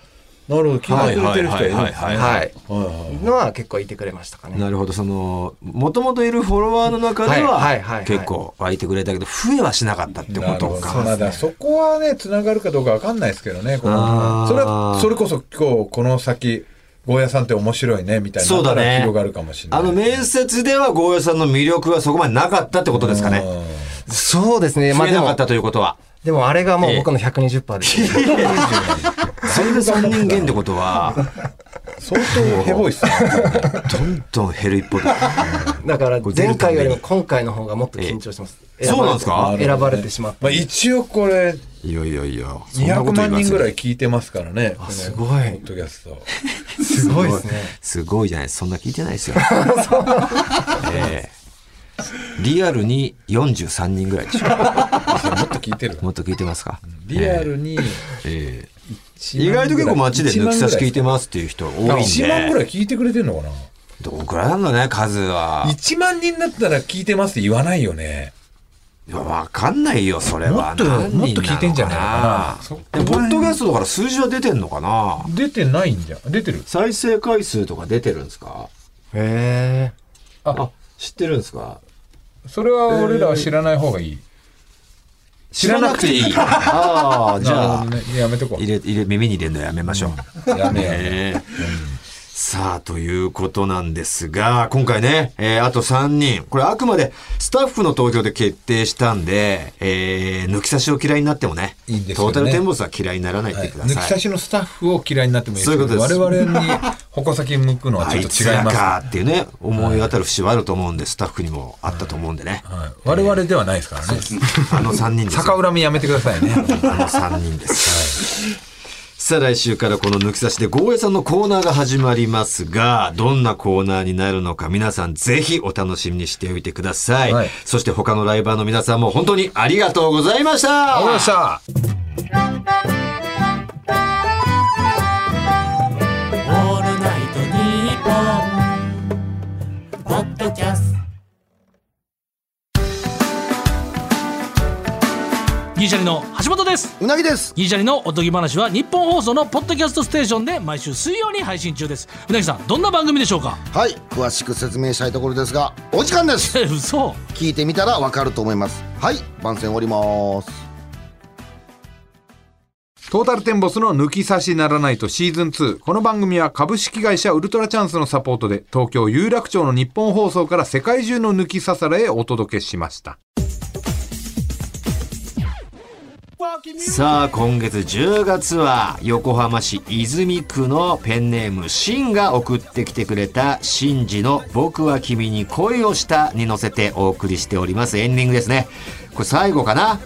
なるほど、聞いてくれてる人いるんですね
はい
はい、
はいはいはい
のは結構いてくれましたかね。
なるほど、その、もともといるフォロワーの中で
はいはいはいは、
はい結構湧いてくれたけど、増えはしなかったってこ
なる
と
ほど
か。
まだそこはね、つながるかどうかわかんないですけどね、こ
あー
のそれは、それこそ今日、この先、ゴーヤさんって面白いね、みたいな
そうだね
なったら広がるかもしれない。
あの、面接ではゴーヤさんの魅力はそこまでなかったってことですかね。
そうですね、
増
まあ
え
で
なか
も
っ、たということは。
でもあれがもう僕の120%です、
[laughs] それで3人減ってこと
[laughs]
は、
うん相当ヘボいっ
[laughs]
すね。
どんどん減る一方だ。
だから
これ出る
前
ため
回
に
よりも今回の方がもっと緊張してます。
えそうなんですか
選ばれてしまった。
まあ一応これ、
いやいやいや。そんなこと
200
言
万
わせ
人
る
ぐらい聞いてますからね。
す
い。
ご
ポ
い
ッ。ドキャスト。
すごいですね。
すごいじゃないです。そんな聞いてないですよ。ええリアルに43人ぐらいでしょ。
もっと聞いてる。
[laughs] もっと聞いてますか。
リアルに、
ええ意外と結構街で抜き差し聞いてますっていう人多いんで。
1万ぐらい聞いてくれてるのかな
どんくらいなんだね、数は。
?1 万人だったら聞いてますって言わないよね。
いやわかんないよ、それは。
もっと
何人
もっと聞いてんじゃないか
の
な
かな。でもポッドキャストだから数字は出てんのかな
出てないんじゃん。出てる
再生回数とか出てるんですか
へえ。
あ、知ってるんですか
それは俺らは知らない方がいい。
知らなくていい。
[laughs]
ああ、じゃあ、
なるほどねやめとこ
入れ、入れ、耳に入れるのやめましょう。
う。やめやめ。
えーさあ、ということなんですが、今回ね、えーあと3人、これあくまでスタッフの投票で決定したんで、えー抜き差しを嫌いになってもね、
いいんですよ
ト
ね
ータルテンボスは嫌いにならないでくだ
抜き
さ
差
い。
しのスタッフを嫌いになってもいいですけど
そういうことです
我々に矛先向くのは
あ
ちょ
い
っと
つ
違い
ら
ます。
かっていうね、思い当たる節はあると思うんで、スタッフにもあったと思うんでね。
はい我々ではないですからね。
あの3人ですよ。
逆恨みやめてくださいね。
[laughs]
あの3人です。さあ来週からこの抜き差しでゴーヤさんのコーナーが始まりますが、どんなコーナーになるのか皆さんぜひお楽しみにしておいてください。
はい
そして他のライバーの皆さんも本当にありがとうございました。
わかりました。
オールナイトニッポン」ポッドキャスト
ギリシャリの橋本です
うなぎです。
ギリシャリのおとぎ話は日本放送のポッドキャストステーションで毎週水曜に配信中ですうなぎさんどんな番組でしょうか
はい詳しく説明したいところですがお時
[laughs]
間です
え嘘
聞いてみたらわかると思いますはい番宣終わります
トータルテンボスの抜き差しならないとシーズン2。この番組は株式会社ウルトラチャンスのサポートで東京有楽町の日本放送から世界中の抜き差されへお届けしました。
さあ今月10月は横浜市泉区のペンネームシンが送ってきてくれた「シンジの僕は君に恋をした」に乗せてお送りしておりますエンディングですねこれ最後かな、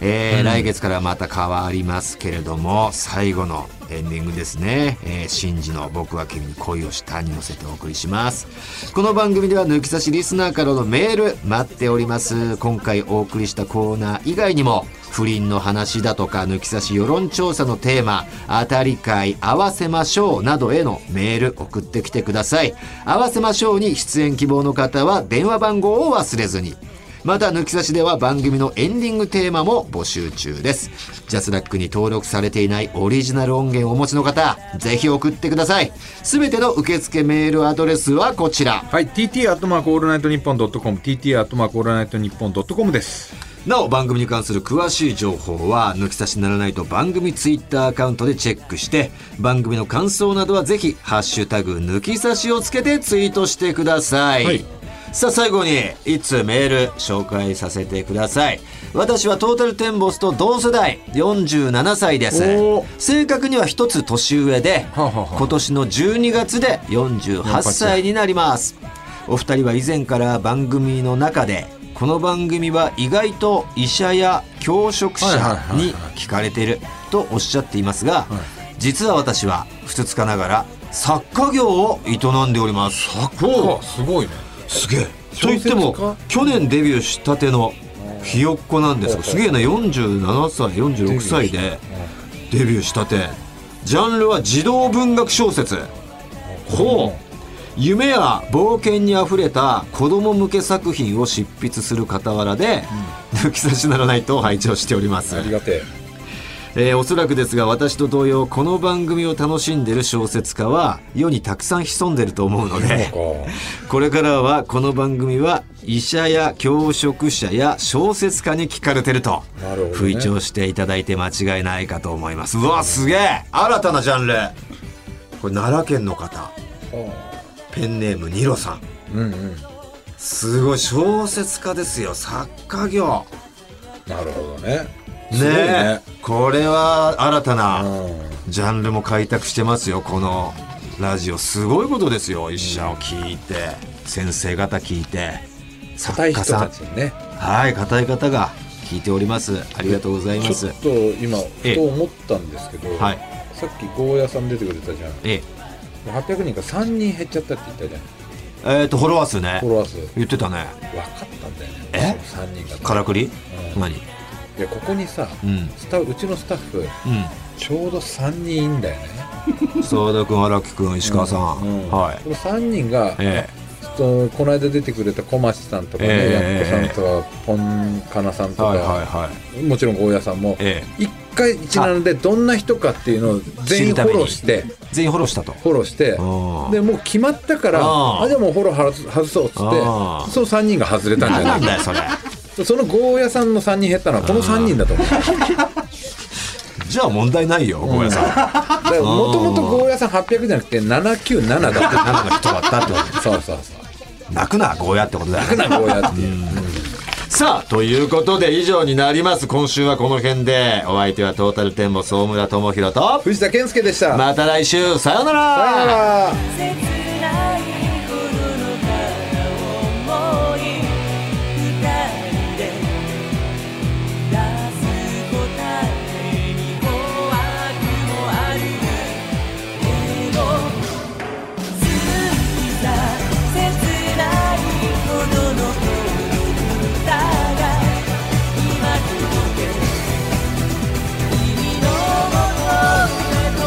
えー来月からまた変わりますけれども最後のエンディングですね、えー、シンジの僕は君に恋をしたに乗せてお送りしますこの番組では抜き差しリスナーからのメール待っております今回お送りしたコーナー以外にも不倫の話だとか抜き差し世論調査のテーマ当たり会合わせましょうなどへのメール送ってきてください合わせましょうに出演希望の方は電話番号を忘れずにまた抜き差しでは番組のエンディングテーマも募集中ですジャスラックに登録されていないオリジナル音源をお持ちの方ぜひ送ってくださいすべての受付メールアドレスはこちら
はい。tt アットマークオールナイトニッポンドットコム、tt アットマークオールナイトニッポンドットコムです。
なお番組に関する詳しい情報は抜き差しならないと番組ツイッターアカウントでチェックして番組の感想などはぜひハッシュタグ抜き差しをつけてツイートしてください、
はい
さあ最後にいつメール紹介させてください私はトータルテンボスと同世代47歳です正確には一つ年上で、
はあはあ
今年の12月で48歳になりますお二人は以前から番組の中でこの番組は意外と医者や教職者に聞かれているとおっしゃっていますが、実は私はふつつかながら作家業を営んでおります
おすごいね
すげえと言っても去年デビューしたてのひよっこなんですがすげえな47歳46歳でデビューしたてジャンルは児童文学小説ほう夢や冒険にあふれた子供向け作品を執筆する傍らで抜き差しならないと拝聴しております
ありがて
えーおそらくですが私と同様この番組を楽しんでる小説家は世にたくさん潜んでると思うので
えか
これからはこの番組は医者や教職者や小説家に聞かれてると
なるほどね
吹聴していただいて間違いないかと思いますうわすげえ新たなジャンルこれ奈良県の方ペンネームニロさん
うんうん
すごい小説家ですよ作家業
なるほどね
ね
すごい
え
ね
これは新たな
う
ジャンルも開拓してますよこのラジオすごいことですよ医者を聞いて先生方聞いて
硬
作家
い人
さ
た
ん
ちにね
はい、硬い方が聞いております。ありがとうございま
ち
す
ょっ。と今
ええ
ふと思ったんですけど、
はい
さっきゴーヤさん出てくれたじゃん
ええ、
800人から3人減っちゃったって言ったじゃん
えーと、フォロワー数ね
フォ。ロワー数
言ってたね。
分かったんだよね
え
その3人が
からくり。
うん
何。
いやここにさ
うん。
スタうちのスタッフちょうど3人いんだよね
うん。澤田君、荒木君、石川さん。
うん
はい。
この3人が、
え
ちょっとこの間出てくれた小町さんとかね、
ええ
やっこさんとかポンカナさん
え。
とか、
はいはいはい。
もちろんゴーヤさんも
え
一回一覧でどんな人かっていうのを全員フォローして
え。全員フォローしたと。
フォローして
うん
でもう決まったから
あー
あじゃあもうフォロー外す外そうっつって
あー
その3人が外れたんじ
何な
ゃ
ん
な
だよ、それ。
いそのゴーヤさんの3人減ったのはこの3人だと思う
[laughs] じゃあ、問題ないよ、ごめんなさい。
だからもともとゴーヤさん800じゃなくて797だった
なんか人がったってこ
そうそうそう
と。泣くな、ゴーヤってことだよね。
変なゴーヤっていう
さあということで以上になります今週はこの辺でお相手はトータルテンボス大村智広と
藤田健介でした
また来週さようなら
さよなら
切ないほどの片思い二人で出す答えに怖くもあるけど好きさ切ないほどの歌が今届け君の元へと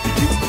「